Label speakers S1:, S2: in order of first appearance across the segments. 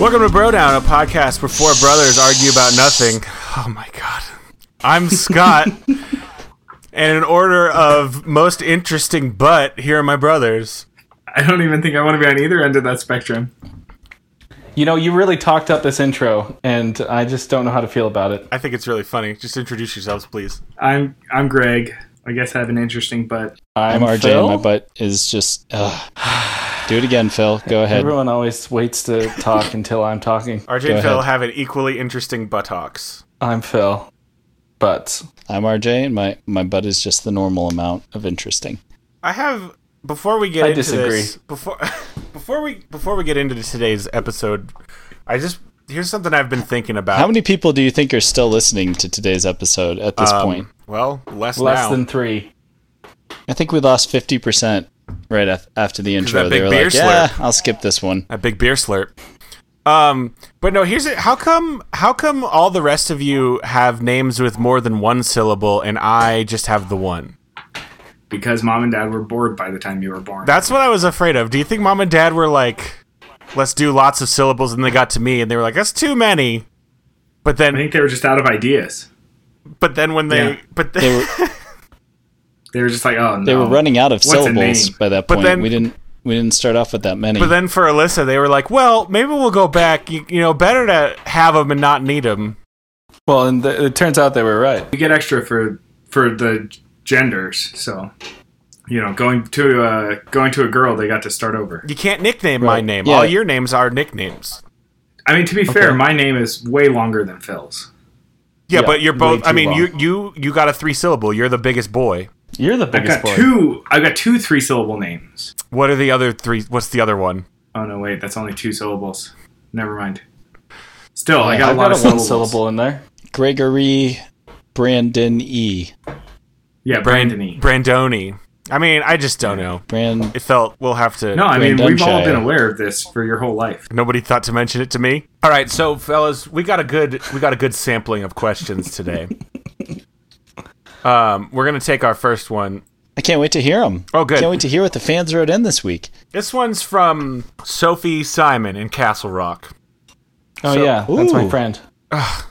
S1: Welcome to Bro Down, a podcast where four brothers argue about nothing. Oh my god. I'm Scott. and in order of most interesting but, here are my brothers.
S2: I don't even think I want to be on either end of that spectrum.
S3: You know, you really talked up this intro, and I just don't know how to feel about it.
S1: I think it's really funny. Just introduce yourselves, please.
S2: I'm I'm Greg. I guess I have an interesting butt.
S3: I'm,
S4: I'm RJ.
S3: Phil.
S4: My butt is just. Ugh. Do it again, Phil. Go ahead.
S3: Everyone always waits to talk until I'm talking.
S1: RJ
S4: Go
S1: and Phil
S4: ahead.
S1: have an equally interesting buttocks.
S3: I'm Phil, but
S4: I'm RJ, and my my butt is just the normal amount of interesting.
S1: I have before we get
S3: I
S1: into
S3: disagree.
S1: this before before we before we get into today's episode, I just here's something I've been thinking about.
S4: How many people do you think are still listening to today's episode at this
S1: Um,
S4: point?
S1: Well, less,
S3: less
S1: now.
S3: than three.
S4: I think we lost fifty percent right af- after the intro.
S1: that
S4: They
S1: big
S4: were
S1: beer
S4: like, "Yeah,
S1: slurp."
S4: I'll skip this one."
S1: a big beer slurp. Um, but no, here's it. How come? How come all the rest of you have names with more than one syllable, and I just have the one?
S2: Because mom and dad were bored by the time you were born.
S1: That's what I was afraid of. Do you think mom and dad were like, "Let's do lots of syllables," and they got to me, and they were like, "That's too many." But
S2: I
S1: then,
S2: think they were just out of ideas.
S1: but then when they,
S2: Yeah.
S1: but
S4: They
S1: then,
S4: were
S2: They were just like, oh no.
S4: they were running out of
S2: What's a
S4: syllables
S2: name?
S4: by that
S1: But
S4: point.
S1: then-
S4: we didn't we didn't start off with that many.
S1: but then for Alyssa, they were like, "Well, maybe we'll go back. You, you know, better to have them and not need them."
S3: Well, and th- it turns out they were right.
S2: We get extra for for the genders, so you know, going to uh, going to a girl, they got to start over.
S1: You can't nickname my
S4: Right.
S1: name.
S4: Yeah.
S1: All your names are nicknames.
S2: I mean, to be fair,
S3: Okay.
S2: my name is way longer than Phil's.
S1: Yeah,
S3: Yeah,
S1: but you're
S3: way
S1: both. I
S3: too
S1: mean,
S3: long.
S1: you you you got a three syllable. You're the biggest boy.
S3: You're the
S2: I
S3: biggest
S2: got
S3: boy.
S2: two. I got two three syllable names.
S1: What are the other three? What's the other one?
S2: Oh no, wait, that's only two syllables. Never mind. Still, I
S4: Yeah,
S2: got a
S3: I've
S2: lot
S3: got
S2: of
S3: a one
S2: syllables.
S3: syllable in there.
S4: Gregory Brandon E.
S2: Yeah, Brandon.
S1: Brandoni. I mean, I just don't know.
S4: Brand
S1: It felt we'll have to.
S2: No, I mean
S4: Brandon
S2: we've all been
S4: Shire.
S2: aware of this for your whole life.
S1: nobody thought to mention it to me. All right, so fellas, we got a good we got a good sampling of questions today. um, we're gonna take our first one.
S4: I can't wait to hear them.
S1: Oh, good.
S4: Can't wait to hear what the fans wrote in this week.
S1: This one's from Sophie Simon in Castle Rock.
S3: Oh
S1: So-
S3: yeah, that's my
S4: Ooh.
S3: friend.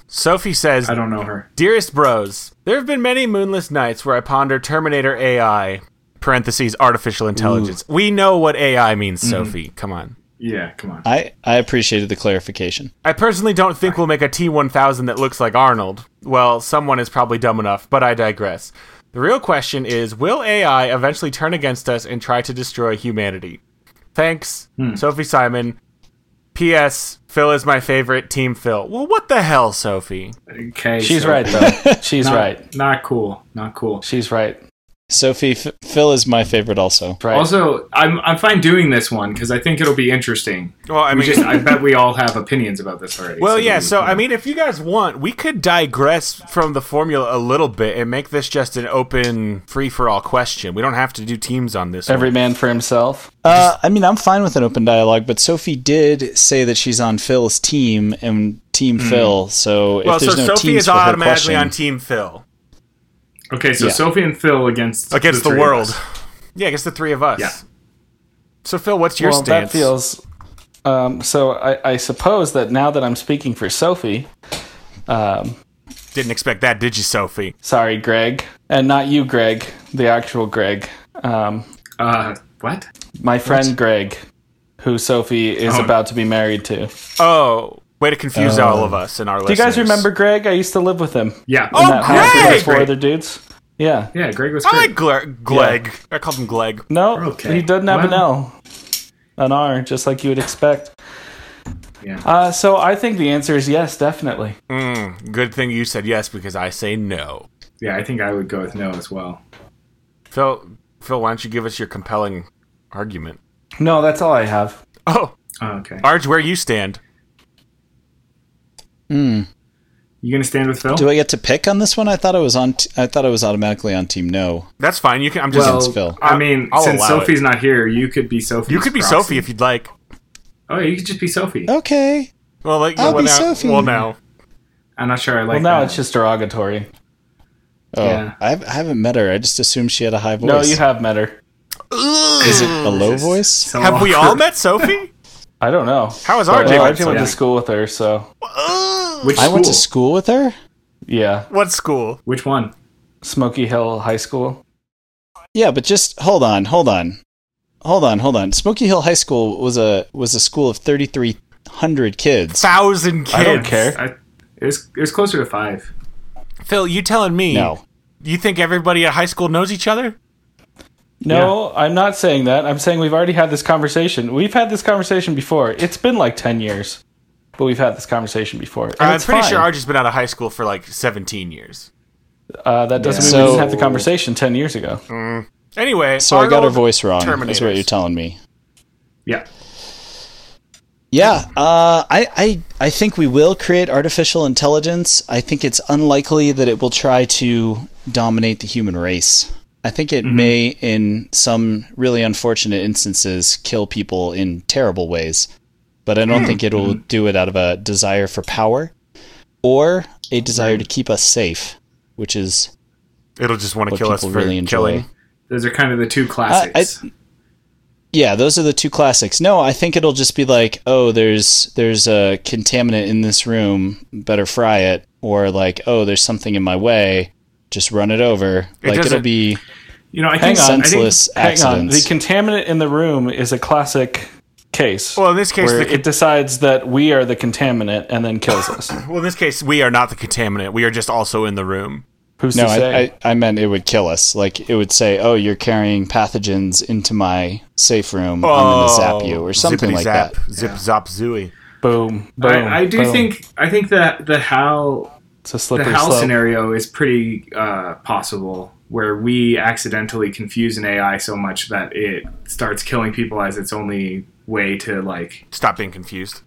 S1: Sophie says,
S2: I don't know her.
S1: Dearest bros, there have been many moonless nights where I ponder Terminator AI (parentheses artificial intelligence). We know what AI means, Sophie. Come on.
S2: Yeah, come on.
S4: I I appreciated the clarification.
S1: I personally don't think we'll make a T1000 that looks like Arnold. Well, someone is probably dumb enough, but I digress. The real question is will AI eventually turn against us and try to destroy humanity? Thanks, Sophie Simon. P.S. Phil is my favorite, Team Phil. Well, what the hell, Sophie?
S2: Okay,
S3: She's
S2: so-
S3: right though. She's
S2: Not,
S3: right.
S2: Not cool. Not cool.
S3: She's right.
S4: Sophie, F- Phil is my favorite also.
S3: Right.
S2: Also, I'm I'm fine doing this one because I think it'll be interesting.
S1: Well, I
S2: We
S1: mean,
S2: just I bet we all have opinions about this already.
S1: well, yeah,
S2: we-
S1: so I mean, if you guys want, we could digress from the formula a little bit and make this just an open, free for all question. We don't have to do teams on this.
S3: Every man for himself.
S4: Uh, I mean, I'm fine with an open dialogue, but Sophie did say that she's on Phil's team and Team Phil. So
S1: one.
S4: if
S1: Hmm. Well, so
S4: there's no
S1: Sophie
S4: teams
S1: is
S4: for her
S1: automatically
S4: question-
S1: on Team Phil.
S2: Okay, so
S4: Yeah.
S2: Sophie and Phil against
S1: against the,
S2: three of
S1: world.
S2: us.
S1: Yeah, against the three of us.
S2: Yeah.
S1: So Phil, what's your
S3: well,
S1: stance?
S3: that feels. Um, so I, I suppose that now that I'm speaking for Sophie, um,
S1: Didn't expect that, did you, Sophie?
S3: sorry, Greg, and not you, Greg, the actual Greg, um,
S2: Uh, what?
S3: my friend Greg, who Sophie is
S2: Oh.
S3: about to be married to.
S1: Oh, way to confuse all of us and our
S3: Do you guys remember Greg? I used to live with him.
S2: Yeah.
S1: Oh,
S3: that house with
S1: Greg!
S3: those four other dudes. Yeah.
S2: yeah, Greg was
S1: I
S2: great.
S1: like Gle- Gleg. I called him Gleg.
S3: No,
S2: Okay.
S3: he doesn't have an
S2: Well.
S3: L, an R, just like you would expect.
S2: Yeah.
S3: Uh, so I think the answer is yes, definitely.
S1: Mm, good thing you said yes because I say no.
S2: yeah, I think I would go with no as well.
S1: Phil, Phil, why don't you give us your compelling argument?
S3: No, that's all I have.
S1: Oh,
S2: Oh, okay.
S1: Arj, where you stand?
S2: You gonna stand with Phil?
S4: Do I get to pick on this one? I thought I was on. T- I thought I was automatically on Team No.
S1: That's fine. You can. I'm just.
S4: Well- Against Phil.
S2: I mean,
S1: I'll
S2: since
S1: allow it.
S2: Sophie's not here, you could be Sophie.
S1: you could be Sophie if you'd like.
S2: Oh, you could just be Sophie.
S4: Okay.
S1: Well, like,
S4: I'll
S1: well,
S4: be
S1: now,
S4: Sophie.
S1: Well, now.
S2: I'm not sure I like uh,
S3: Well, now
S2: that.
S3: it's just derogatory.
S4: Oh,
S2: Yeah.
S4: I, hav- I haven't met her. I just assumed she had a high voice.
S3: No, you have met her.
S4: Is it a low voice?
S2: So
S1: Have we
S2: awkward.
S1: all met Sophie?
S3: I don't know.
S1: How is
S3: But,
S1: RJ?
S3: uh,
S1: my
S3: I went to
S1: son?
S3: school with her, so
S2: Which
S4: I
S2: school?
S4: went to school with her.
S3: yeah.
S1: What school?
S2: Which one?
S3: Smoky Hill High School.
S4: Yeah, but just hold on, hold on, hold on, hold on. Smoky Hill High School was a was a school of thirty three hundred kids.
S1: Thousand kids.
S3: I don't care.
S2: I, it was it was closer to five.
S1: Phil, you telling me?
S4: No,
S1: You think everybody at high school knows each other?
S3: No, I'm not saying that. I'm saying we've already had this conversation. We've had this conversation before. It's been like 10 years, but we've had this conversation before. And
S1: I'm
S3: it's
S1: pretty
S3: fine.
S1: sure RJ's been out of high school for like 17 years.
S3: uh, that doesn't
S4: Yeah.
S3: mean we
S4: So-
S3: didn't have the conversation 10 years ago.
S1: Anyway,
S4: so I got her
S1: Arnold
S4: voice wrong. Is what
S1: Terminators.
S4: you're telling me.
S2: Yeah.
S4: Yeah, uh, I, I I think we will create artificial intelligence. I think it's unlikely that it will try to dominate the human race. I think
S1: Mm-hmm.
S4: it may, in some really unfortunate instances, kill people in terrible ways. But I
S1: Hmm.
S4: don't think it'll
S1: Mm-hmm.
S4: do it out of a desire for power or a desire to keep us safe, which is
S1: It'll just want to
S4: what
S1: kill us
S4: people
S1: for
S4: really enjoy.
S1: killing.
S2: Those are kind of the two classics.
S4: Yeah, those are the two classics. No, I think it'll just be like, oh, there's there's a contaminant in this room, better fry it, or like, oh, there's something in my way, just run it over. like it'll
S1: doesn't-
S4: be
S2: you know, I
S3: Hang
S2: think
S3: on,
S2: I think-
S4: senseless
S3: Hang on. The
S4: accidents.
S3: contaminant in the room is a classic case.
S1: Well, in this case,
S3: where
S1: the,
S3: it decides that we are the contaminant and then kills us.
S1: well, in this case, we are not the contaminant. We are just also in the room.
S3: Who's
S4: no,
S3: to say?
S4: I, I I meant it would kill us. Like it would say, oh, you're carrying pathogens into my safe room.
S3: Oh,
S4: I'm gonna zap you or something like
S1: zap,
S4: that.
S1: Oh. Zip zop zooey.
S3: boom, boom.
S2: I, I do
S3: boom.
S2: think I think that the how
S3: it's a
S2: the
S3: slippery
S2: how
S3: slope.
S2: scenario is pretty uh, possible, where we accidentally confuse an AI so much that it starts killing people as its only way to like
S1: Stop being confused.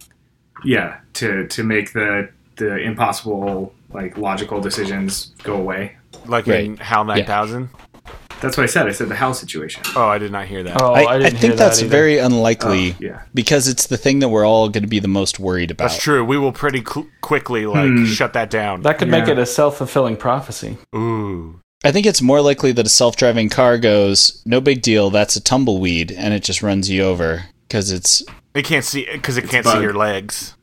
S2: yeah to to make the the impossible like logical decisions go away.
S1: Like in
S4: Right.
S1: HAL 9000.
S2: That's what I said. I said the how situation.
S1: Oh, I did not hear that.
S3: Oh, I,
S4: I,
S3: didn't
S4: I
S3: hear
S4: think
S3: that
S4: that's
S3: either.
S4: very unlikely
S2: Oh, yeah.
S4: because it's the thing that we're all gonna be the most worried about.
S1: That's true. We will pretty cl- quickly like shut that down.
S3: Hmm. That could make
S2: Yeah.
S3: it a self fulfilling prophecy.
S1: Ooh.
S4: I think it's more likely that a self driving car goes, no big deal, that's a tumbleweed, and it just runs you over. Because it's,
S1: It can't see because it can't see
S2: bug.
S1: your legs.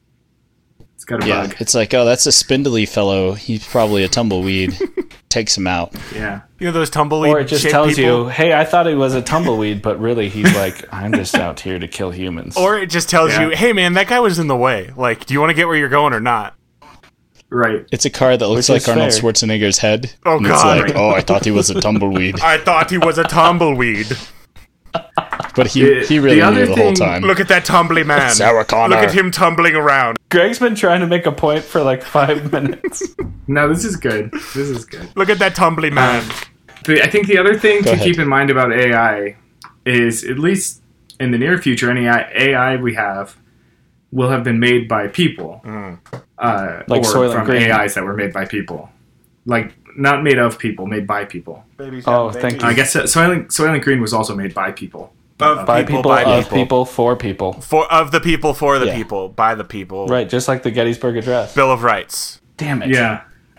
S2: It's got a
S4: yeah,
S2: bug.
S4: it's like, oh, that's a spindly fellow. He's probably a tumbleweed. Takes him out.
S2: Yeah.
S1: You know those tumbleweed.
S3: Or it just
S1: shaped
S3: tells
S1: people?
S3: you, hey, I thought it was a tumbleweed, but really he's like, I'm just out here to kill humans.
S1: Or it just tells
S2: Yeah.
S1: you, hey man, that guy was in the way. Like, do you want to get where you're going or not?
S2: Right.
S4: It's a car that looks
S3: Which
S4: like
S3: is
S4: Arnold
S3: fair.
S4: Schwarzenegger's head.
S1: Oh,
S4: and
S1: God.
S4: It's like, oh, I thought he was a tumbleweed,
S1: I thought he was a tumbleweed.
S4: but he,
S2: The-
S4: he really
S2: the
S4: knew
S2: other
S4: the whole
S2: thing-
S4: time.
S1: Look at that tumbly man.
S4: Sarah Connor.
S1: Look at him tumbling around.
S3: Greg's been trying to make a point for like five minutes.
S2: No, this is good. This is good.
S1: Look at that tumbly man.
S2: The, I think the other thing to
S4: ahead.
S2: keep in mind about AI is, at least in the near future, any AI, AI we have will have been made by people, uh,
S3: Like
S2: or
S3: Soylent
S2: from
S3: Green.
S2: AIs that were made by people, like not made of people, made by people.
S3: Oh, thank
S2: I guess uh, Soylent, Soylent Green was also made by people.
S1: Of
S3: By
S1: people,
S3: people,
S1: by
S3: of
S1: people.
S3: people. for people.
S1: For of the people, for the
S4: Yeah.
S1: people, by the people.
S3: Right, just like the Gettysburg Address.
S1: Bill of Rights.
S3: Damn it.
S2: Yeah,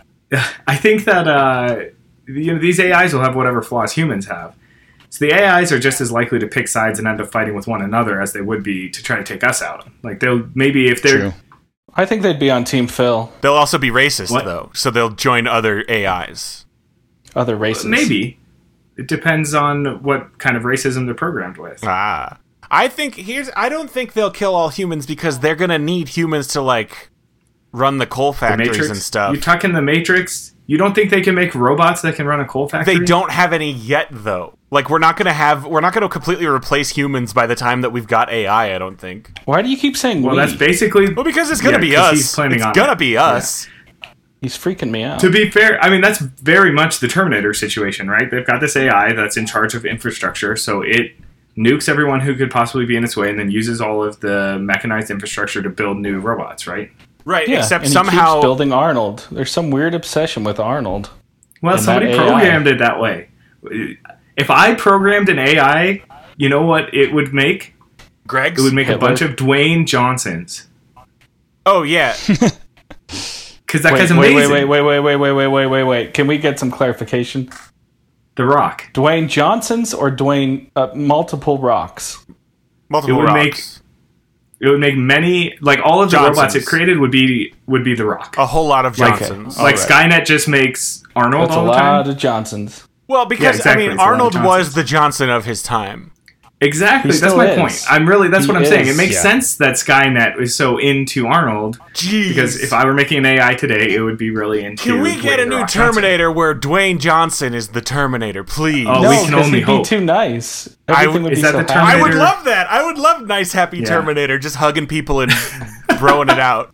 S2: I think that uh, you know these AIs will have whatever flaws humans have. So the AIs are just as likely to pick sides and end up fighting with one another as they would be to try to take us out. Like they'll maybe if they're
S4: True.
S3: I think they'd be on Team Phil,
S1: They'll also be racist
S2: What?
S1: though, so they'll join other AIs.
S3: other races.
S2: Maybe. It depends on what kind of racism they're programmed with.
S1: Ah. I think here's I don't think they'll kill all humans because they're gonna need humans to like run the coal
S2: The
S1: factories
S2: Matrix
S1: and stuff.
S2: You tuck in the Matrix. You don't think they can make robots that can run a coal factory?
S1: they don't have any yet though. Like we're not gonna have we're not gonna completely replace humans by the time that we've got AI, I don't think.
S3: Why do you keep saying
S2: Well,
S3: we?
S2: that's basically.
S1: Well because it's gonna
S2: Yeah,
S1: be us.
S2: 'cause he's planning
S1: it's
S2: on
S1: gonna
S2: it.
S1: be us.
S3: He's freaking me out.
S2: To be fair, I mean that's very much the Terminator situation, right? They've got this AI that's in charge of infrastructure, so it nukes everyone who could possibly be in its way, and then uses all of the mechanized infrastructure to build new robots, right?
S1: Right.
S3: yeah,
S1: except
S3: and he
S1: somehow
S3: keeps building Arnold. There's some weird obsession with Arnold.
S2: Well,
S3: And
S2: somebody
S3: that AI.
S2: programmed it that way. If I programmed an AI, you know what it would make?
S1: Greg's
S2: It would make a
S3: Hitler.
S2: bunch of Dwayne Johnsons
S1: Oh yeah.
S2: because that
S3: Wait,
S2: guy's
S3: wait,
S2: amazing.
S3: wait, wait, wait, wait, wait, wait, wait, wait, wait, wait. Can we get some clarification?
S2: The Rock.
S3: Dwayne Johnson's or Dwayne uh, multiple rocks?
S1: Multiple
S2: It would
S1: rocks.
S2: make- It would make many like all of the robots
S1: Johnsons.
S2: it created would be would be the Rock.
S1: A whole lot of
S2: Like, Oh,
S1: Johnsons.
S2: like
S3: Alright.
S2: Skynet just makes Arnold
S3: That's a
S2: all the time.
S3: lot of Johnsons.
S1: Well, because
S2: exactly,
S1: I mean,
S2: it's a lot of
S1: Arnold was
S2: Johnsons.
S1: the Johnson of his time.
S2: Exactly.
S3: He
S2: That's
S3: still
S2: my
S3: is.
S2: point. I'm really that's what
S3: He
S2: I'm saying.
S3: is,
S2: It makes
S4: yeah.
S2: sense that Skynet is so into Arnold
S1: Jeez.
S2: because if I were making an AI today, it would be really into.
S1: can we get
S2: Dwayne
S1: a
S2: The
S1: new
S2: Rock Johnson.
S1: Terminator where Dwayne Johnson is the Terminator, please?
S2: Oh,
S3: No,
S2: we can
S3: 'cause
S2: only
S3: he'd
S2: hope.
S3: be too nice.
S1: I
S3: Everything
S1: would-
S3: would
S2: is
S3: be
S2: that
S3: so
S2: the
S3: happy.
S1: I would
S2: Terminator-
S1: love that. I would love nice, happy
S2: Yeah.
S1: Terminator just hugging people and throwing it out.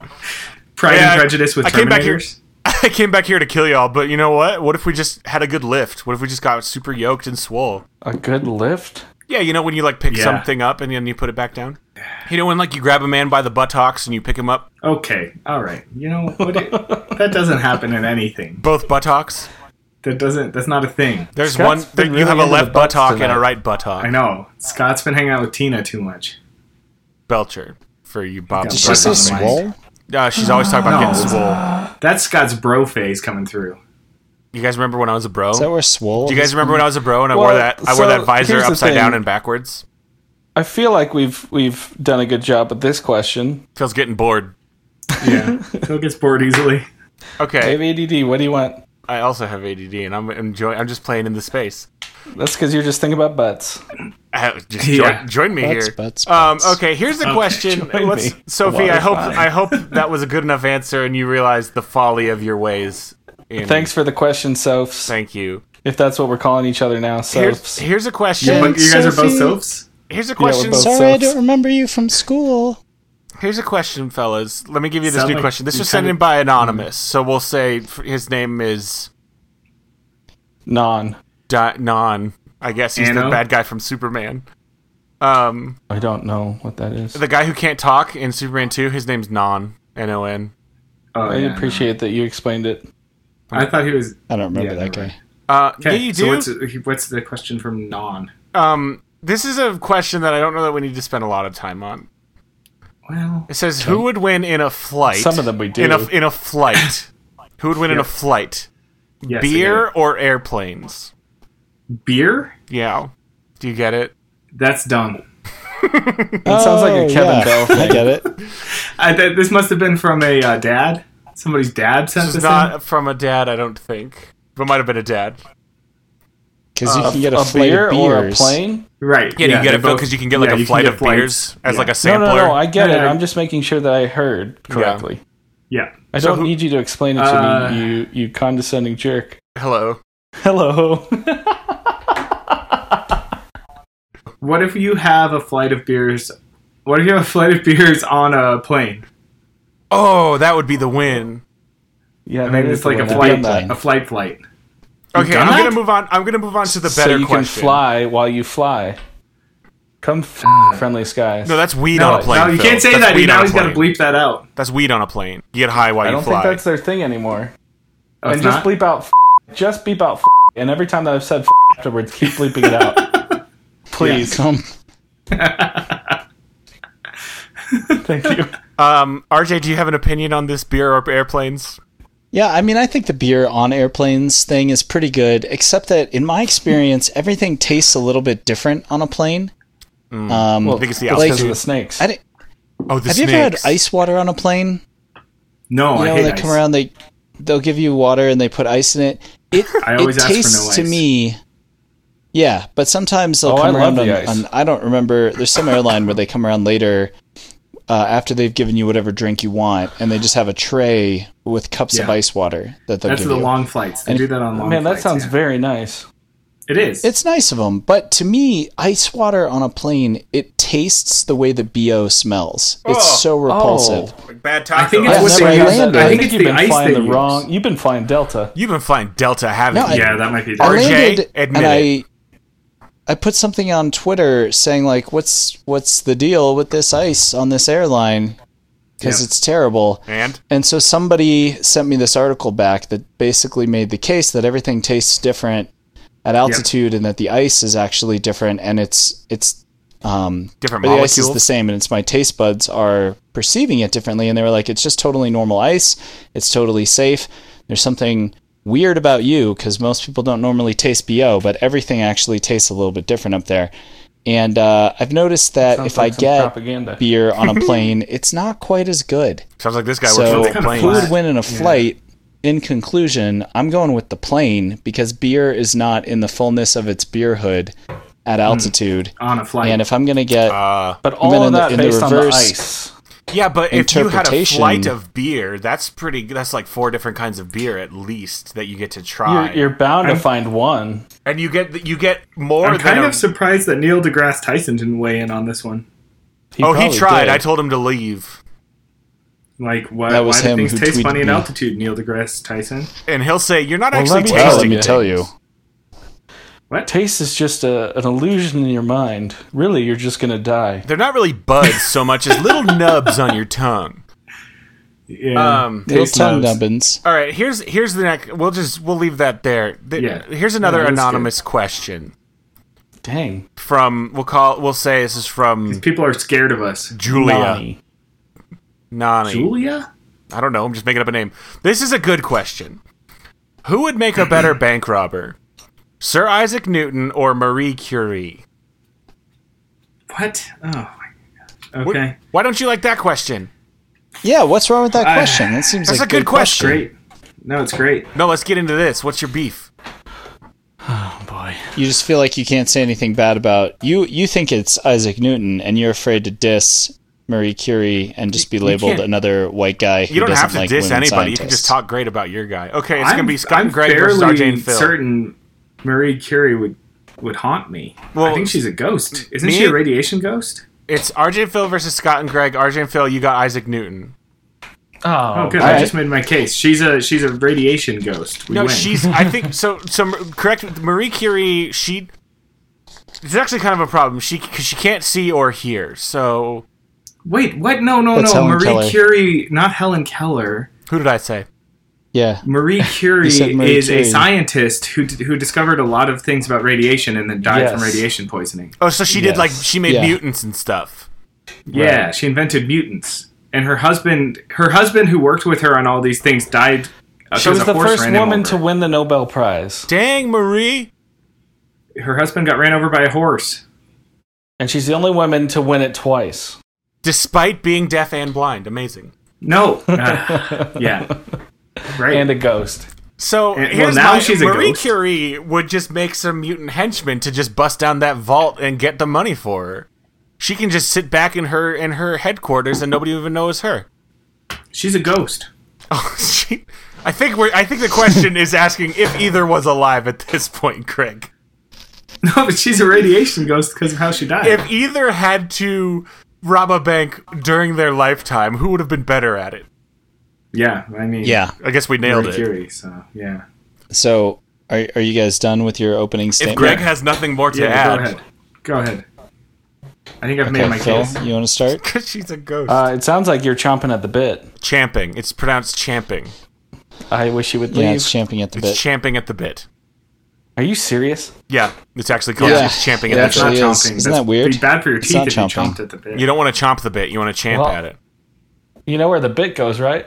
S2: Pride
S1: Yeah, I-
S2: and Prejudice with
S1: I came back here-
S2: Terminators?
S1: I came back here to kill y'all, but you know what? What if we just had a good lift? What if we just got super yoked and swole?
S3: A good lift.
S1: Yeah, you know when you like pick
S2: Yeah.
S1: something up and then you put it back down. You know when like you grab a man by the buttocks and you pick him up,
S2: Okay, all right. You know what? It, that doesn't happen in anything.
S1: both buttocks.
S2: That doesn't. That's not a thing.
S1: There's
S3: Scott's
S1: one.
S3: been
S1: There, you
S3: really
S1: have a
S3: into
S1: left
S3: the butts
S1: buttock and
S3: tonight.
S1: a right buttock.
S2: I know. Scott's been hanging out with Tina too much.
S1: Belcher for you, Bob.
S2: Does
S4: Did
S2: It's
S4: she
S2: right
S4: say
S2: on the mind.
S4: swole?
S1: Uh, she's always talking about
S2: No.
S1: getting swole.
S2: That's Scott's bro phase coming through.
S1: You guys remember when I was a bro?
S4: Is that where swole?
S1: Do you guys remember when I was a bro and I
S3: Well,
S1: wore that? I wore
S3: so
S1: that visor
S3: here's the
S1: upside
S3: thing.
S1: down and backwards.
S3: I feel like we've we've done a good job with this question.
S1: Feels getting bored.
S2: Yeah, Phil gets bored easily.
S1: Okay,
S3: I have ADD. What do you want?
S1: I also have ADD and I'm enjoying. I'm just playing in the space.
S3: That's because you're just thinking about butts.
S1: Uh, just
S2: Yeah.
S1: join, join me
S4: Butts,
S1: here.
S4: butts,
S1: Um,
S4: butts.
S1: okay, here's the question,
S3: join
S1: Let's-
S3: me.
S1: Sophie.
S3: Well,
S1: I hope
S3: fine.
S1: I hope that was a good enough answer, and you realized the folly of your ways. in-
S3: Thanks for the question, Sophs.
S1: thank you.
S3: If that's what we're calling each other now,
S1: Here's
S3: Sophs.
S1: here's a
S4: Yeah.
S1: question.
S2: But you guys are both
S4: Sophie.
S2: soaps.
S1: Here's a
S3: we're
S1: question.
S3: both-
S4: Sorry, I
S3: Sucks.
S4: don't remember you from school.
S1: Here's a question, fellas. Let me give you this
S2: Sound
S1: new
S2: like
S1: question. This
S2: you
S1: was sent
S2: kinda-
S1: in by anonymous, so we'll say f- his name is
S3: Non.
S1: Di- Non. I guess he's the
S2: Anno?
S1: bad guy from Superman. Um,
S3: I don't know what that is.
S1: the guy who can't talk in Superman Two. His name's Non. N O N.
S2: Oh,
S3: I
S2: yeah,
S3: appreciate that you explained it.
S2: I thought he was.
S4: I don't remember
S2: Yeah,
S4: that guy.
S2: never
S1: Uh, yeah,
S2: Okay,
S1: you do.
S2: so what's, what's the question from Non?
S1: Um, this is a question that I don't know that we need to spend a lot of time on.
S2: Well,
S1: It says, "Who would win in a flight?"
S3: Some of them we do.
S1: In a in a flight, who would win in a flight?
S2: yes, I
S1: Beer
S2: get
S1: or airplanes?
S2: it. Beer?
S1: Yeah. Do you get it?
S2: That's dumb.
S3: That sounds like a
S4: Oh,
S3: Kevin
S4: yeah.
S3: Bell
S4: I
S3: thing.
S4: get it.
S2: I, th- this must have been from a uh, dad. Somebody's dad sent
S1: This is
S2: this. in.
S1: not from a dad, I don't think. But might have been a dad.
S4: Because you can get a,
S3: A
S4: flight
S3: beer
S4: of
S3: or a
S4: beers.
S3: plane?
S2: Right.
S1: Yeah, you get it
S2: they're both-
S1: because you can get like
S2: yeah,
S1: a
S2: you can
S1: flight
S2: get
S1: of
S2: flights.
S1: beers as
S2: Yeah.
S1: like a
S3: No,
S1: sampler.
S3: no, no. I get it.
S2: Yeah.
S3: I'm just making sure that I heard correctly.
S2: Yeah.
S3: I
S1: So
S3: don't
S1: who-
S3: need you to explain it to
S2: Uh,
S3: me, you you condescending jerk.
S1: Hello.
S3: Hello.
S2: What if you have a flight of beers? What if you have a flight of beers on a plane?
S1: Oh, that would be the win.
S3: yeah,
S2: I mean,
S3: that
S2: it's
S3: is the
S2: like a
S3: way.
S2: flight,
S4: that.
S2: a flight, flight.
S1: Okay,
S2: done
S1: I'm
S2: that?
S1: gonna move on. I'm gonna move on to the
S3: So
S1: better
S3: you can
S1: question.
S3: fly while you fly. Come, f-
S2: Ah.
S3: friendly skies.
S1: No, that's weed
S2: No,
S1: on a plane.
S2: no, you
S1: Phil.
S2: can't say
S1: That's
S2: that.
S1: weed
S2: You
S1: on
S2: now
S1: a
S2: he's got to
S1: plane.
S2: bleep that out.
S1: That's weed on a plane. You get high while
S3: I
S1: you
S3: don't
S1: fly.
S3: think that's their thing anymore.
S2: Oh,
S3: and
S2: it's
S3: just
S2: not?
S3: bleep out. F- just bleep out. F- and every time that I've said f- afterwards, keep bleeping it out. Please,
S4: Come.
S3: thank you.
S1: Um, RJ, do you have an opinion on this beer or airplanes?
S4: Yeah, I mean, I think the beer on airplanes thing is pretty good, except that in my experience, everything tastes a little bit different on a plane. Um,
S1: Mm. I think it's the
S4: Like-
S3: because of
S1: altitude.
S3: the snakes.
S4: I di-
S1: oh, the
S4: have you
S1: snakes.
S4: ever had ice water on a plane?
S2: No,
S4: You
S2: Oh, I
S4: know,
S2: hate
S4: when they
S2: ice.
S4: come around, they they'll give you water and they put ice in it. It
S2: I
S4: it
S2: always ask for no
S4: tastes to
S2: ice.
S4: me, yeah. But sometimes they'll
S3: Oh, I
S4: come
S3: love
S4: around on,
S3: the ice.
S4: on. I don't remember. There's some airline where they come around later uh, after they've given you whatever drink you want, and they just have a tray with cups of
S2: Yeah.
S4: ice water that they'll
S2: That's
S4: give
S2: the
S4: you.
S2: long flights. They
S4: And-
S2: do that on long
S3: Man, that
S2: flights.
S3: sounds
S2: yeah.
S3: very nice.
S2: It is.
S4: It's nice of them, but to me, ice water on a plane, it tastes the way the BO smells.
S1: Oh.
S4: It's so repulsive.
S3: Oh.
S1: Like bad tacos.
S2: I think
S3: I've
S2: it's what
S4: never
S2: they use.
S4: landed.
S2: I
S4: I
S2: think it's
S3: you've
S2: the
S3: been
S2: ice
S3: flying
S2: they
S3: the
S2: use.
S3: wrong. You've been flying Delta.
S1: You've been flying Delta, haven't
S4: No, I-
S1: you?
S2: Yeah, that might be.
S4: I
S1: RJ,
S4: landed
S1: admit
S4: and I
S1: it.
S4: I put something on Twitter saying like what's what's the deal with this ice on this airline cuz
S2: Yeah.
S4: it's terrible.
S1: And
S4: And so somebody sent me this article back that basically made the case that everything tastes different at altitude and that the ice is actually different and it's it's um
S1: different
S4: but the ice is
S1: molecules.
S4: the same and it's my taste buds are perceiving it differently and they were like it's just totally normal ice it's totally safe there's something weird about you because most people don't normally taste bo but everything actually tastes a little bit different up there And uh, I've noticed that
S3: Sounds
S4: if
S3: like
S4: I
S3: some
S4: get
S3: propaganda.
S4: beer on a plane, it's not quite as good.
S1: Sounds like this guy
S4: so
S1: works on
S2: kinda
S1: the plane.
S4: who would
S2: flat.
S4: win in a flight? In conclusion, I'm going with the plane because beer is not in the fullness of its beerhood
S3: Hmm.
S4: at altitude.
S3: Ah,
S2: on a flight.
S4: And if I'm gonna get
S1: Uh,
S3: But all
S4: Even
S3: of
S4: in the-
S3: that
S4: in the
S3: based on the
S4: reverse-
S3: ice.
S1: yeah, but if you had a
S4: Interpretation.
S1: flight of beer, that's pretty. That's like four different kinds of beer at least that you get to try,
S3: You're, you're bound to find one.
S1: and you get you get more
S2: I'm
S1: than
S2: kind
S1: a-
S2: of surprised that Neil deGrasse Tyson didn't weigh in on this one.
S1: oh, he
S4: probably
S1: tried.
S4: did.
S1: I told him to leave,
S2: Like, why,
S4: That was
S2: why do
S4: him
S2: things
S4: who
S2: taste
S4: tweeted
S2: funny in
S4: me.
S2: altitude, Neil deGrasse Tyson?
S1: and he'll say, "You're not
S3: Well,
S1: actually
S3: let me-
S4: oh,
S1: tasting."
S4: let me
S1: it."
S4: tell you,
S3: Taste is just a, an illusion in your mind. Really, you're just gonna die.
S1: They're not really buds so much as little nubs on your tongue.
S2: Yeah.
S1: Um,
S4: little
S2: Taste
S4: tongue
S2: nubs.
S4: nubbins.
S1: All right, here's here's the next. We'll just we'll leave that there. Th-
S2: Yeah.
S1: Here's another
S2: Yeah, that's
S1: anonymous question
S3: Dang,
S1: from we'll call we'll say this is from
S2: People are scared of us.
S1: Julia Nani.
S3: Nani.
S2: Julia?
S1: I don't know. I'm just making up a name. This is a good question. Who would make a better bank robber, Sir Isaac Newton or Marie Curie?
S2: What? Oh, my God.
S1: Wh-
S2: Okay.
S1: Why don't you like that question?
S4: Yeah, what's wrong with that
S2: I-
S4: question? That seems
S1: That's
S4: like
S1: a good question.
S2: Great. No, it's great.
S1: No, let's get into this. What's your beef?
S3: Oh boy.
S4: You just feel like you can't say anything bad about you. You think it's Isaac Newton, and you're afraid to diss Marie Curie and just be labeled
S1: can't-
S4: another white guy who
S1: You don't
S4: doesn't
S1: have to
S4: like
S1: diss
S4: women
S1: anybody.
S4: Scientists.
S1: You can just talk great about your guy. Okay, it's
S2: I'm,
S1: gonna be Scott
S2: I'm
S1: and Greg versus
S2: fairly
S1: RJ and Phil.
S2: certain Marie Curie would would haunt me. I
S1: Well,
S2: think she's a ghost. Isn't
S1: me-
S2: she a radiation ghost?
S1: It's RJ and Phil versus Scott and Greg. RJ and Phil, you got Isaac Newton.
S3: Oh,
S2: Oh, good.
S4: All
S2: I
S4: right.
S2: just made my case. She's a she's a radiation ghost. We
S1: No,
S2: win.
S1: she's. I think so. So correct. Marie Curie. She. It's actually kind of a problem. She cause she can't see or hear. So
S2: Wait, what? No, no,
S4: That's
S2: no.
S4: Helen
S2: Marie
S4: Keller.
S2: Curie, not Helen Keller.
S1: who did I say?
S4: yeah,
S2: Marie Curie
S4: said Marie
S2: is
S4: Curie.
S2: a scientist who d- who discovered a lot of things about radiation and then died from
S3: Yes.
S2: radiation poisoning.
S1: Oh, so she did like
S4: Yes.
S1: she made
S4: Yeah.
S1: mutants and stuff.
S2: Yeah, she invented mutants. And her husband, her husband who worked with her on all these things, died. uh,
S3: she
S2: 'cause
S3: was
S2: a
S3: the
S2: horse
S3: first
S2: ran him
S3: woman
S2: over.
S3: to win the Nobel Prize,
S1: Dang, Marie.
S2: Her husband got ran over by a horse.
S3: and she's the only woman to win it twice.
S1: Despite being deaf and blind, amazing.
S2: No. Uh, yeah. Right.
S3: And a ghost.
S1: So
S2: And- well,
S1: here's
S2: now
S1: my-
S2: she's a
S1: Marie
S2: ghost.
S1: Curie would just make some mutant henchmen to just bust down that vault and get the money for her. She can just sit back in her in her headquarters and nobody even knows her.
S2: she's a ghost.
S1: Oh, she, I think we're. I think the question is asking if either was alive at this point, Craig.
S2: No, but she's a radiation ghost because of how she died.
S1: If either had to rob a bank during their lifetime, who would have been better at it?
S2: yeah, I mean,
S4: yeah.
S1: I guess we nailed
S2: Marie
S1: it.
S2: Curie. So yeah.
S4: So, are are you guys done with your opening
S1: If
S4: statement?
S1: Greg has nothing more to
S2: Yeah. Go
S1: add,
S2: ahead. Go ahead. I think I've made
S4: okay,
S2: my
S4: Phil,
S2: case.
S4: you want to start?
S1: because she's a ghost.
S3: Uh, it sounds like you're chomping at the bit.
S1: champing. It's pronounced champing.
S3: I wish you would leave.
S4: Yeah, it's champing at the
S1: It's
S4: bit.
S1: champing at the bit.
S3: Are you serious?
S1: Yeah, it's actually called
S4: Yeah.
S1: champing
S4: It
S1: at the bit.
S4: actually- is.
S2: chomping.
S4: Isn't
S2: That's-
S4: that weird?
S2: it'd be bad for your
S4: It's
S2: teeth
S4: not
S2: if you
S4: chomping.
S2: chomped at the bit.
S1: You don't want to chomp the bit. You want to champ
S3: Well-
S1: at it.
S3: You know where the bit goes, right?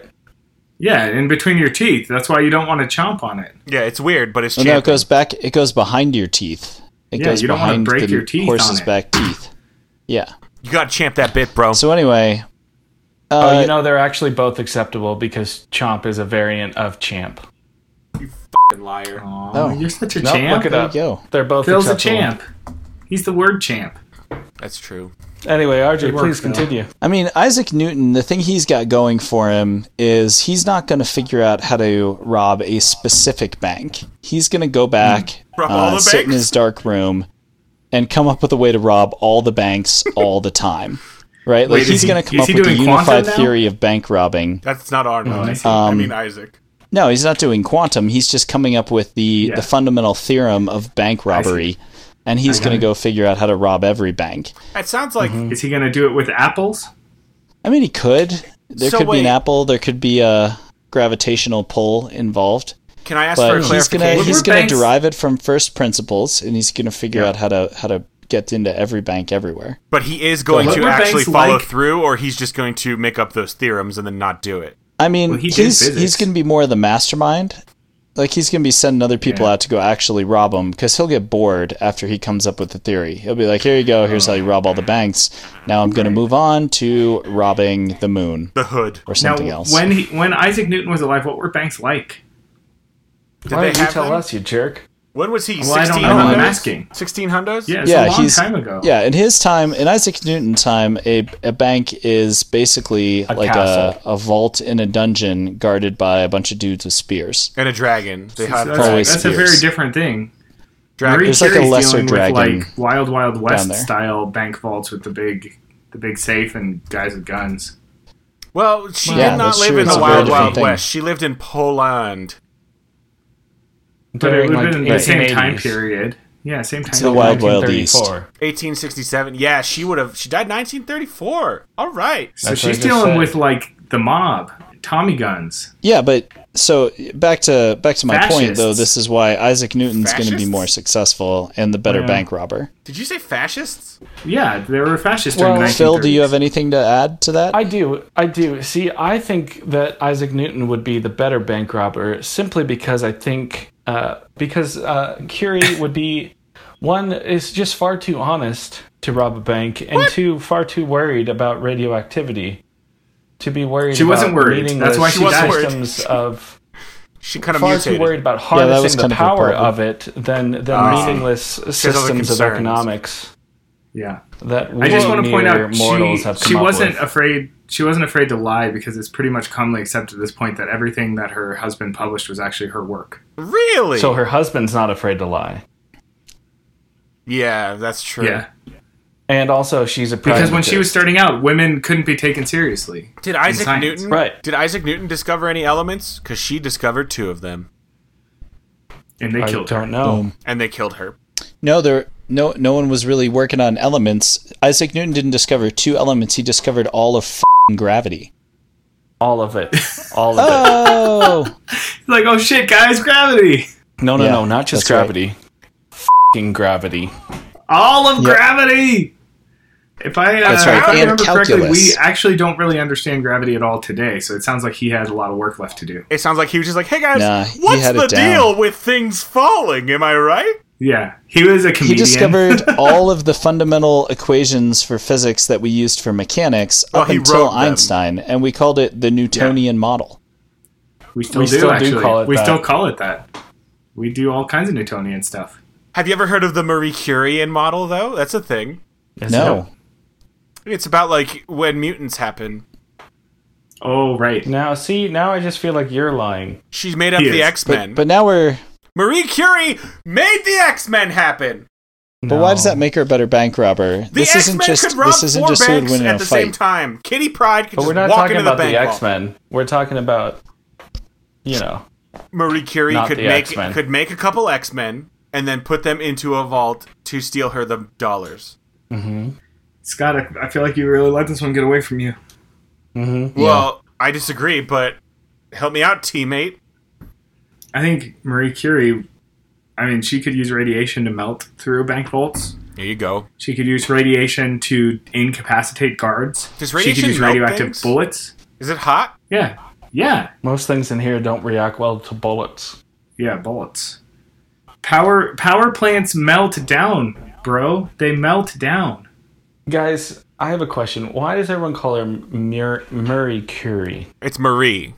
S2: yeah, in between your teeth. That's why you don't want to chomp on it.
S1: Yeah, it's weird, but it's
S4: Oh,
S1: champing.
S4: no, it goes back. It goes behind your teeth. It
S2: Yeah,
S4: goes
S2: you don't wanna
S4: behind
S2: break
S4: the
S2: your teeth on
S4: horse's
S2: it.
S4: back teeth. Yeah.
S1: you gotta champ that bit, bro.
S4: So anyway,
S3: Oh,
S4: uh,
S3: you know they're actually both acceptable because chomp is a variant of champ.
S1: liar.
S2: Aw,
S4: Oh.
S2: you're such a
S3: Nope,
S2: champ.
S3: look it
S4: there
S3: up.
S4: you go.
S3: They're both
S2: Phil's a
S3: acceptable.
S2: champ. He's the word champ.
S1: That's true.
S3: Anyway, RJ,
S2: Good work,
S3: please
S2: Phil.
S3: continue.
S4: I mean, Isaac Newton, the thing he's got going for him is he's not going to figure out how to rob a specific bank. He's going to go
S2: Hmm.
S4: back,
S1: Rob all
S4: uh,
S1: the
S4: sit in
S1: banks?
S4: his dark room, and come up with a way to rob all the banks all the time. Right? Like
S2: Wait, is
S4: he's
S2: he-
S4: going to come
S2: is
S4: up
S2: he
S4: with a
S2: doing quantum
S4: unified
S2: now?
S4: theory of bank robbing.
S1: That's not Arnold.
S2: I see.
S4: Um,
S1: I mean Isaac.
S4: No, he's not doing quantum. He's just coming up with the,
S2: Yeah.
S4: the fundamental theorem of bank robbery, and he's
S2: got
S4: going
S2: it.
S4: to go figure out how to rob every bank.
S1: It sounds like
S2: Is he going to do it with apples?
S4: I mean, he could. There
S1: So
S4: could be
S1: wait.
S4: an apple. There could be a gravitational pull involved.
S1: Can I ask for
S4: But
S1: a
S4: he's
S1: clarification?
S4: gonna he's
S2: Woodward
S4: gonna
S2: banks-
S4: derive it from first principles, and he's gonna figure
S2: Yeah.
S4: out how to how to get into every bank everywhere.
S1: but he is going
S2: Woodward
S1: to
S2: banks
S1: actually follow
S2: like-
S1: through, or he's just going to make up those theorems and then not do it.
S4: I mean,
S2: Well, he did
S4: he's
S2: physics.
S4: he's gonna be more of the mastermind, Like he's gonna be sending other people out to go actually rob him because he'll get bored after he comes up with the theory. He'll be like, "Here you go. Here's how you rob all the banks. Now I'm gonna move on to robbing the moon
S1: The hood.
S4: or
S2: Now,
S4: something else."
S2: when he, when Isaac Newton was alive, what were banks like?
S1: Did
S3: Why
S1: they
S3: did you
S1: have
S3: tell
S1: them?
S3: us, you jerk?
S1: When was he?
S2: Well, I don't
S1: 1600s?
S2: know. I'm asking.
S1: 16 hundos?
S2: Yeah, it's
S4: Yeah,
S2: a long
S4: he's-
S2: time ago.
S4: yeah, in his time, in Isaac Newton's time, a, a bank is basically like a,
S3: castle.
S4: a vault in a dungeon guarded by a bunch of dudes with spears.
S1: And a dragon. They
S2: So
S1: had a
S2: that's,
S4: Probably
S2: that's a
S4: spears.
S2: very different thing.
S1: dragon.
S4: There's like a
S2: Carey's
S4: lesser
S2: dealing
S4: dragon
S2: with like Wild Wild West
S4: there.
S2: style bank vaults with the big, the big safe and guys with guns.
S1: Well, she
S4: Yeah,
S1: did not
S4: that's
S1: live
S4: true.
S1: in
S4: It's
S1: the
S4: a very
S1: Wild
S4: different
S1: Wild
S4: thing.
S1: West. She lived in Poland.
S2: But it
S3: During,
S2: would have
S3: like,
S2: been the same time
S3: 1880s.
S2: period. Yeah, same time.
S4: the
S2: period.
S4: Wild Wild East.
S3: 1934.
S1: 1867. Yeah, she would have. She died 1934. All right.
S2: So
S3: That's what I
S2: she's
S3: just
S2: dealing
S3: said.
S2: with like the mob, Tommy guns.
S4: Yeah, but so back to back to my point though.
S2: Fascists.
S4: This is why Isaac Newton's going to be
S1: Fascists?
S4: more successful and the better
S2: Yeah.
S4: bank robber.
S1: Did you say fascists?
S2: Yeah, they were fascists
S3: Well,
S2: during the 1930s.
S4: Phil, do you have anything to add to that?
S3: I do. I do. See, I think that Isaac Newton would be the better bank robber simply because I think uh, because uh, Curie would be one is just far too honest to rob a bank and two far too worried about radioactivity to be worried.
S2: She wasn't
S3: about
S2: worried. That's
S3: meaningless
S2: why she
S1: wasn't worried.
S3: systems of
S1: She kind of
S3: far too
S1: mutated.
S3: worried about
S4: that
S3: harnessing
S4: was
S3: the
S4: kind of her
S3: power
S4: problem.
S3: of it than than
S1: Ah.
S3: meaningless
S1: other
S3: systems of
S1: concerns.
S3: economics
S2: Yeah,
S3: that we
S2: I just want to point
S3: mere
S2: out
S3: mortals
S2: she,
S3: have come
S2: she
S3: up
S2: wasn't
S3: with.
S2: afraid. She wasn't afraid to lie because it's pretty much commonly accepted at this point that everything that her husband published was actually her work.
S1: Really?
S3: so her husband's not afraid to lie.
S1: yeah, that's true.
S2: Yeah,
S3: And also, she's a
S2: because when she was
S3: pragmatist.
S2: starting out, women couldn't be taken seriously.
S1: Did Isaac
S2: science.
S1: Newton?
S3: Right.
S1: Did Isaac Newton discover any elements? Because she discovered two of them,
S2: and they
S3: I
S2: killed her.
S3: don't know.
S1: and they killed her.
S4: Um, no, there no no one was really working on elements. Isaac Newton didn't discover two elements. He discovered all of fing gravity.
S3: All of it. All of
S4: Oh,
S2: Like, oh shit, guys, gravity,
S3: it. No, no,
S4: Yeah,
S3: no. Not just
S4: that's right.
S3: gravity. Fing gravity.
S2: all of
S4: Yep.
S2: gravity. If I, uh,
S4: That's right,
S2: if I
S4: and
S2: remember correctly, we
S4: calculus.
S2: actually don't really understand gravity at all today. So it sounds like he has a lot of work left to do.
S1: It sounds like he was just like, "Hey guys,
S4: Nah, he
S1: what's
S4: had
S1: the
S4: it down.
S1: deal with things falling? Am I right?"
S2: Yeah, he was a
S4: he
S2: comedian.
S4: discovered all of the fundamental equations for physics that we used for mechanics up
S1: he
S4: until
S1: wrote them.
S4: Einstein, and we called it the Newtonian model.
S2: we still
S3: we
S2: do
S3: still do
S2: actually.
S3: call it
S2: we
S3: that.
S2: still call it that. We do all kinds of Newtonian stuff.
S1: Have you ever heard of the Marie Curie model though? That's a thing.
S4: No,
S1: It's about like when mutants happen.
S2: Oh right.
S3: Now, see, now I just feel like you're lying.
S1: She's made up
S2: He
S1: the
S2: is.
S1: X Men.
S4: but now we're
S1: Marie Curie made the X Men happen.
S4: But why does that make her a better bank robber?
S1: The
S4: this
S1: X
S4: isn't
S1: Men
S4: just
S1: could rob
S4: this isn't
S1: four
S4: just who would
S1: banks
S4: win in
S1: at
S4: a
S1: the same
S4: fight.
S1: time. Kitty Pride could
S3: But we're
S1: just
S3: not
S1: walk
S3: talking
S1: into the
S3: about the
S1: bank. vault.
S3: X Men. We're talking about, you know,
S1: Marie Curie
S3: Not
S1: could
S3: the
S1: make
S3: X-Men.
S1: could make a couple X Men and then put them into a vault to steal her the dollars.
S2: Scott, I, I feel like you really let this one get away from you.
S1: Well, I disagree, but help me out, teammate.
S2: I think Marie Curie, I mean, she could use radiation to melt through bank vaults.
S1: There you go.
S2: She could use radiation to incapacitate guards.
S1: Does
S2: she
S1: radiation
S2: could use
S1: melt
S2: radioactive
S1: things?
S2: bullets.
S1: Is it hot?
S2: Yeah. Yeah.
S3: most things in here don't react well to bullets.
S2: Yeah, bullets. Power power plants melt down, bro. They melt down.
S3: Guys, I have a question. Why does everyone call her Mur- Murray Curie?
S1: It's Marie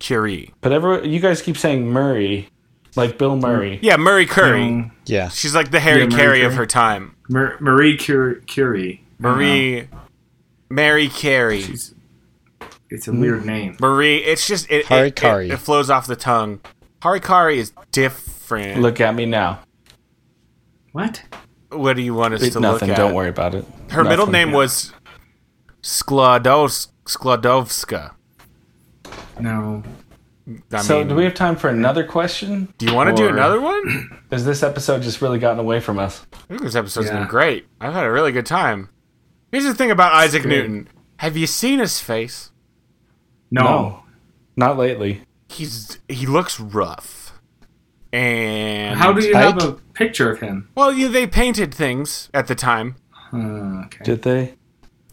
S1: Curie.
S3: But everyone, you guys keep saying Murray, like
S1: Hmm.
S3: Bill Murray.
S1: Yeah, Murray Curry.
S2: Mm,
S4: Yeah.
S1: She's like the Harry
S2: Yeah, Marie
S1: Carey of
S2: Curie.
S1: her time.
S2: Mar- Marie Curie. Curie. Um,
S1: Marie,
S3: Mm-hmm.
S1: Mary Carey.
S2: She's- It's a weird
S4: Hmm.
S2: name.
S1: Marie. It's just it. it- It,
S4: Harikari.
S1: it, flows off the tongue. Harikari is different.
S3: Look at me now.
S2: What?
S1: what do you want us to
S3: nothing.
S1: look at?
S3: Don't worry about it.
S1: Her middle
S3: Nothing.
S1: name was Sklados Skladowska.
S2: No.
S1: I
S3: So,
S1: mean,
S3: do we have time for another question?
S1: do you want to do
S2: or-
S1: another one?
S3: Has this episode just really gotten away from us?
S1: I think this episode's
S2: Yeah.
S1: been great. I've had a really good time. Here's the thing about Isaac Newton. Have you seen his face?
S2: No.
S3: not lately.
S1: He's he looks rough. And
S2: How do you
S4: Ike?
S2: have a picture of him?
S1: Well, you, they painted things at the time.
S2: Uh, okay.
S3: Did they?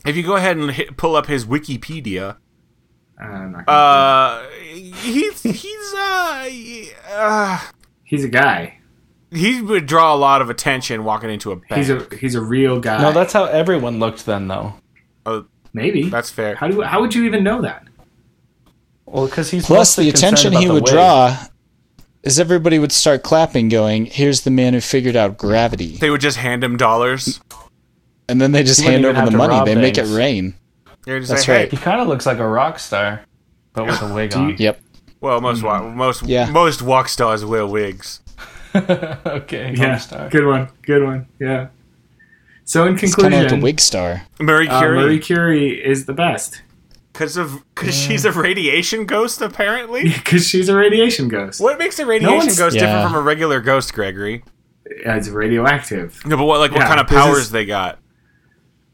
S1: If you go ahead and hit, pull up his Wikipedia,
S2: I'm not gonna-
S1: uh, he's he's uh, he- uh
S2: He's a guy.
S1: he would draw a lot of attention walking into a bank.
S2: He's a he's a real guy.
S3: No, that's how everyone looked then, though.
S2: maybe.
S1: Oh, That's fair.
S2: how do how would you even know that?
S3: Well, because he's
S4: Plus,
S3: mostly
S4: the
S3: concerned
S4: attention
S3: about
S4: he
S3: the
S4: would
S3: weight.
S4: draw is everybody would start clapping, going, "Here's the man who figured out gravity,"
S1: They would just hand him dollars.
S4: and then they just
S3: He wouldn't even
S4: hand over
S3: have
S4: the
S3: to
S4: money.
S3: rob
S4: They make it
S3: things.
S4: rain.
S1: They would just
S4: That's
S1: say,
S4: right.
S1: "Hey,
S3: He kind of looks like a rock star, but with a wig on.
S4: Yep.
S1: well, most wa- most
S4: Yeah.
S1: most walk stars wear wigs."
S3: okay, rock star.
S2: Good one. Good one. Yeah. So in
S4: It's kind
S2: conclusion,
S4: of like a wig star.
S1: Marie
S2: uh,
S1: Curie,
S2: Marie Curie is the best
S1: because of because she's a radiation ghost, apparently.
S2: because she's a radiation ghost.
S1: What makes a radiation
S2: one's-
S1: ghost
S4: Yeah.
S1: different from a regular ghost, Gregory?
S2: Yeah, It's radioactive.
S1: No, but what like what
S2: Yeah,
S1: kind of
S2: this is-
S1: powers they got?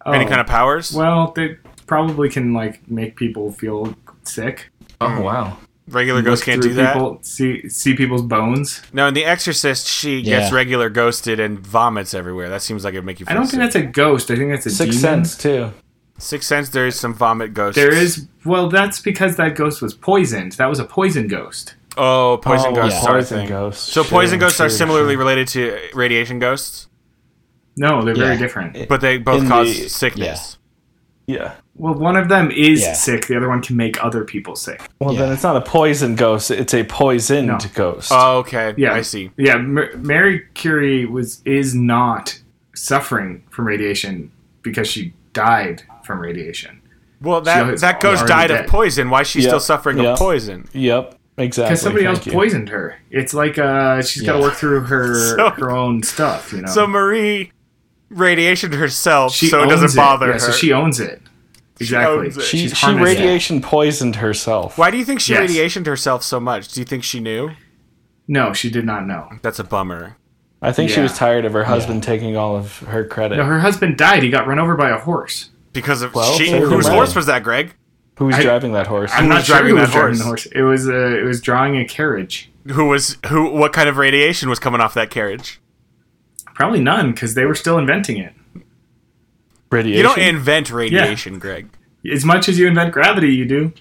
S1: Any
S2: Oh,
S1: kind of powers?
S2: Well, they probably can like make people feel sick.
S3: Oh wow.
S1: regular
S2: Look
S1: ghosts can't
S2: through
S1: do that.
S2: People, see see people's bones.
S1: No, in The Exorcist, she gets
S4: Yeah. regular
S1: regular ghosted and vomits everywhere. That seems like it'd make you.
S2: I don't think that's a ghost. I think that's a
S3: Sixth
S2: demon.
S3: Sense too.
S1: Sixth Sense. There is some vomit ghosts.
S2: There is well, that's because that ghost was poisoned. That was a poison ghost.
S1: Oh, poison
S3: Oh,
S1: ghosts
S4: yeah.
S1: are a
S3: Poison
S1: thing.
S3: ghosts.
S1: So
S3: Sure,
S1: poison ghosts are
S3: sure,
S1: similarly
S3: sure.
S1: related to radiation ghosts,
S2: No, they're very
S4: Yeah.
S2: different.
S1: but they both
S4: In
S1: cause
S4: the-
S1: sickness.
S3: Yeah.
S2: Well, one of them is
S4: Yeah.
S2: sick. The other one can make other people sick.
S3: Well, then
S4: Yeah.
S3: it's not a poison ghost. It's a poisoned
S2: No.
S3: ghost.
S1: Oh, okay.
S2: Yeah,
S1: I see.
S2: Yeah, Mar- Mary Curie was is not suffering from radiation because she died from radiation.
S1: Well,
S2: So
S1: that
S2: it's
S1: that ghost
S2: already
S1: died
S2: dead.
S1: of poison. Why is she
S3: Yeah,
S1: still suffering
S3: yeah.
S1: of poison?
S3: yep. Exactly.
S2: Because somebody else
S3: Thank you.
S2: poisoned her. It's like uh, she's got to
S4: Yeah.
S2: work through her
S1: So-
S2: her own stuff. You know,
S1: So Marie radiationed herself,
S2: she
S1: so it
S2: owns
S1: doesn't bother
S2: Yeah,
S1: her.
S2: So she owns it. Exactly.
S1: owns it.
S3: She,
S2: She's
S3: she
S2: harnessed it.
S3: radiation poisoned herself.
S1: Why do you think she
S2: Yes.
S1: radiationed herself so much? Do you think she knew?
S2: No, she did not know.
S1: That's a bummer.
S3: I think she
S2: Yeah.
S3: was tired of her husband taking all of her credit.
S2: No, her husband died. He got run over by a horse.
S1: Because of
S3: Well,
S1: she,
S3: so
S1: whose
S3: then-
S1: horse was that, Greg?
S3: Who was
S2: I-
S3: driving that horse?
S2: I'm not
S1: was
S2: sure
S1: driving
S2: who
S1: that
S2: was driving
S1: horse?
S2: the horse. It was uh, it was drawing a carriage.
S1: Who was who? What kind of radiation was coming off that carriage?
S2: Probably none because they were still inventing it.
S3: radiation.
S1: You don't invent radiation, Greg.
S2: As much as you invent gravity, you do.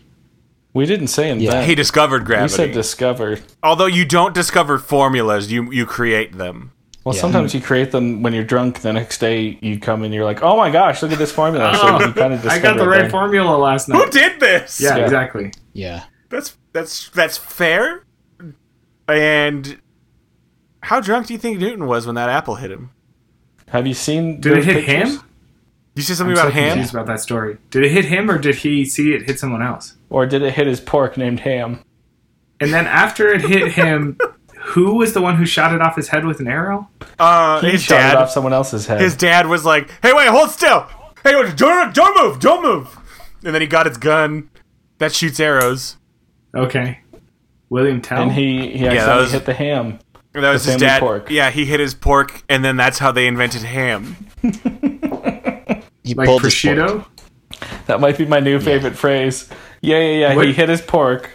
S3: we didn't say invent.
S4: Yeah.
S1: He discovered
S3: we
S1: gravity.
S3: said discover.
S1: Although you don't discover formulas, you you create them.
S3: Well,
S4: Yeah.
S3: sometimes you create them when you're drunk. The next day you come and you're like, "Oh my gosh, look at this formula!" So you kind of
S2: Oh, I got the right formula last
S1: Who
S2: night.
S1: did this?
S2: Yeah,
S3: Yeah.
S2: exactly.
S4: Yeah.
S1: that's that's that's fair. And how drunk do you think Newton was when that apple hit him?
S3: Have you seen?
S2: Did it
S3: those
S2: hit
S3: pictures?
S2: him?
S1: You said something
S2: I'm
S1: about
S2: so
S1: ham.
S2: confused about that story. Did it hit him, or did he see it hit someone else?
S3: or did it hit his pork named Ham?
S2: And then after it hit him, who was the one who shot it off his head with an arrow?
S1: Uh,
S3: He
S1: his
S3: shot it off
S1: dad.
S3: someone else's head.
S1: His dad was like, "Hey, wait, hold still. Hey, don't don't move, don't move." And then he got his gun that shoots arrows.
S2: Okay, William Tell.
S3: and he he
S1: that
S3: accidentally
S1: was-
S3: hit the ham.
S1: That was his
S3: family
S1: dad.
S3: pork.
S1: Yeah, he hit his pork, and then that's how they invented ham.
S4: He
S2: like
S4: pulled his pork.
S2: prosciutto.
S3: That might be my new favorite phrase. Yeah, yeah, yeah. He
S2: What-
S3: hit his pork.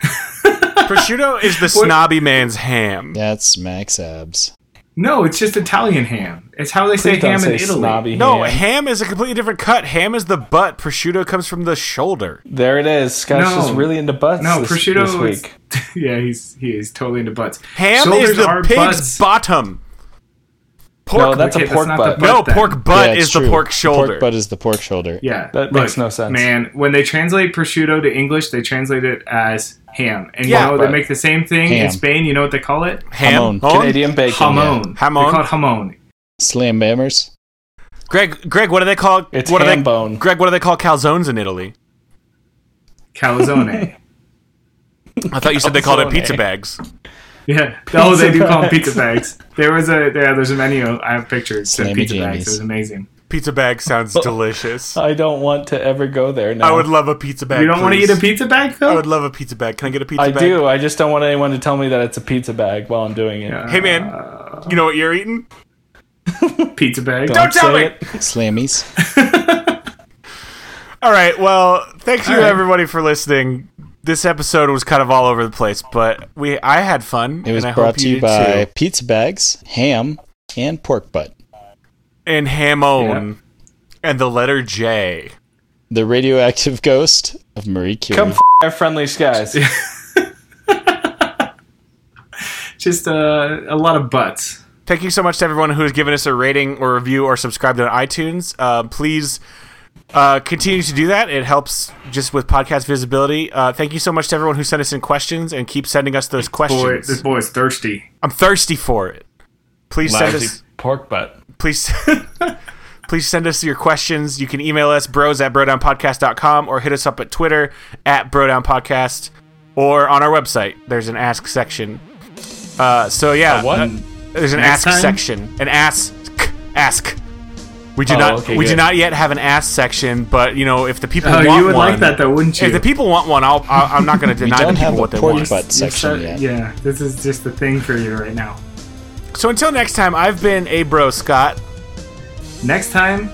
S1: Prosciutto is the snobby man's ham.
S4: That's Max Abs.
S2: No, it's just Italian ham. It's how they say
S3: Please don't
S2: ham in
S3: say
S2: Italy.
S3: snobby
S1: No,
S3: ham.
S1: ham is a completely different cut. Ham is the butt. Prosciutto comes from the shoulder.
S3: There it is. Scott's
S2: No.
S3: just really into butts.
S2: No,
S3: this,
S2: prosciutto
S3: this
S2: is-
S3: week.
S2: yeah, he's he is totally into butts.
S1: Ham
S2: Shoulders
S1: is the
S2: are
S1: pig's
S2: butts.
S1: bottom. Pork.
S3: No, that's a
S2: Okay, that's
S3: pork
S2: not
S3: butt.
S2: the
S1: No,
S2: butt then.
S1: pork butt
S4: Yeah, it's
S1: is the
S4: true.
S1: pork shoulder.
S4: Pork butt is the pork shoulder.
S2: Yeah,
S3: That makes no sense.
S2: man. When they translate prosciutto to English, they translate it as ham, and
S1: Yeah,
S2: you know they
S3: but-
S2: make the same thing
S4: Ham.
S2: in Spain. You know what they call it?
S1: ham.
S4: Hamon.
S1: Hon?
S3: Canadian bacon.
S2: Jamon. They
S1: Jamon.
S2: call it jamon.
S4: Slam bammers.
S1: Greg. Greg. What do they call?
S3: It's
S1: what do
S3: ham
S1: they,
S3: bone.
S1: Greg. What do they call calzones in Italy?
S2: Calzone.
S1: I thought you said they called it
S3: Calzone.
S1: pizza bags.
S2: yeah. oh, they do call them
S3: bags.
S2: pizza bags. There was a yeah. There's a menu. I have pictures. Said
S4: Slammy
S2: pizza bags.
S4: jammies.
S2: It was amazing.
S1: Pizza bag sounds delicious.
S3: I don't want to ever go there
S1: I
S3: now.
S1: would love a pizza bag.
S2: You don't want to
S1: please.
S2: eat a pizza bag
S1: I
S2: though?
S1: would love a pizza bag. Can I get a pizza
S3: I
S1: bag?
S3: do. I just don't want anyone to tell me that it's a pizza bag while I'm doing it.
S1: Hey man, you know what you're eating?
S2: pizza bag.
S1: Don't tell
S3: say
S1: me.
S3: it.
S4: Slammies.
S1: All right. Well, thank you
S2: right.
S1: everybody for listening. This episode was kind of all over the place, but we I had fun.
S4: It was
S1: and I
S4: brought
S1: hope
S4: to
S1: you
S4: you
S1: did
S4: by
S1: too.
S4: pizza bags, ham, and pork butt.
S1: and Hamon and the letter J.
S4: The radioactive ghost of Marie Curie.
S3: Come f- our friendly skies.
S2: Just uh, a lot of butts.
S1: Thank you so much to everyone who has given us a rating or review or subscribed on iTunes. Uh, please uh, continue to do that. It helps just with podcast visibility. Uh, thank you so much to everyone who sent us in questions and keep sending us those
S2: Boy,
S1: questions.
S2: this boy's thirsty.
S1: I'm thirsty for it. Please send
S3: Lousy
S1: us.
S3: pork butt.
S1: Please. Please send us your questions. You can email us bros at brodownpodcast.com or hit us up at Twitter at brodownpodcast or on our website. There's an ask section. Uh, so yeah,
S3: What?
S1: there's an ask
S2: Next time?
S1: section. An ask ask. We do
S3: Oh,
S1: not
S3: okay,
S1: we do
S3: good.
S1: not yet have an ask section, but you know if the people
S2: Oh,
S1: want
S2: you would
S1: one,
S2: like that though, wouldn't you?
S1: if the people want one, I'll, I'll I'm not going to
S4: We
S1: deny the
S4: don't
S1: people
S4: have a
S1: what they
S4: pork
S1: want.
S4: butt
S2: You've
S4: section
S2: said-
S4: yet.
S2: Yeah, this is just the thing for you right now.
S1: So until next time, I've been a bro Scott,
S2: Next time,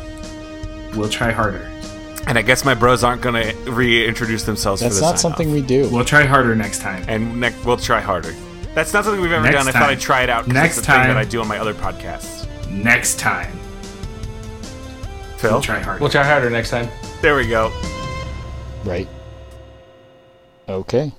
S2: we'll try harder.
S1: and I guess my bros aren't going to reintroduce themselves. for
S4: That's
S1: the
S4: not
S1: sign-off.
S4: something we do.
S2: We'll try harder next time.
S1: and ne- we'll try harder. That's not something we've ever
S2: Next
S1: done. I thought
S2: time.
S1: I'd try it out. 'cause
S2: Next
S1: it's a thing
S2: time.
S1: that I do on my other podcasts.
S2: Next time,
S1: Phil,
S2: we'll try harder.
S3: We'll try harder next time.
S1: there we go.
S4: Right. Okay.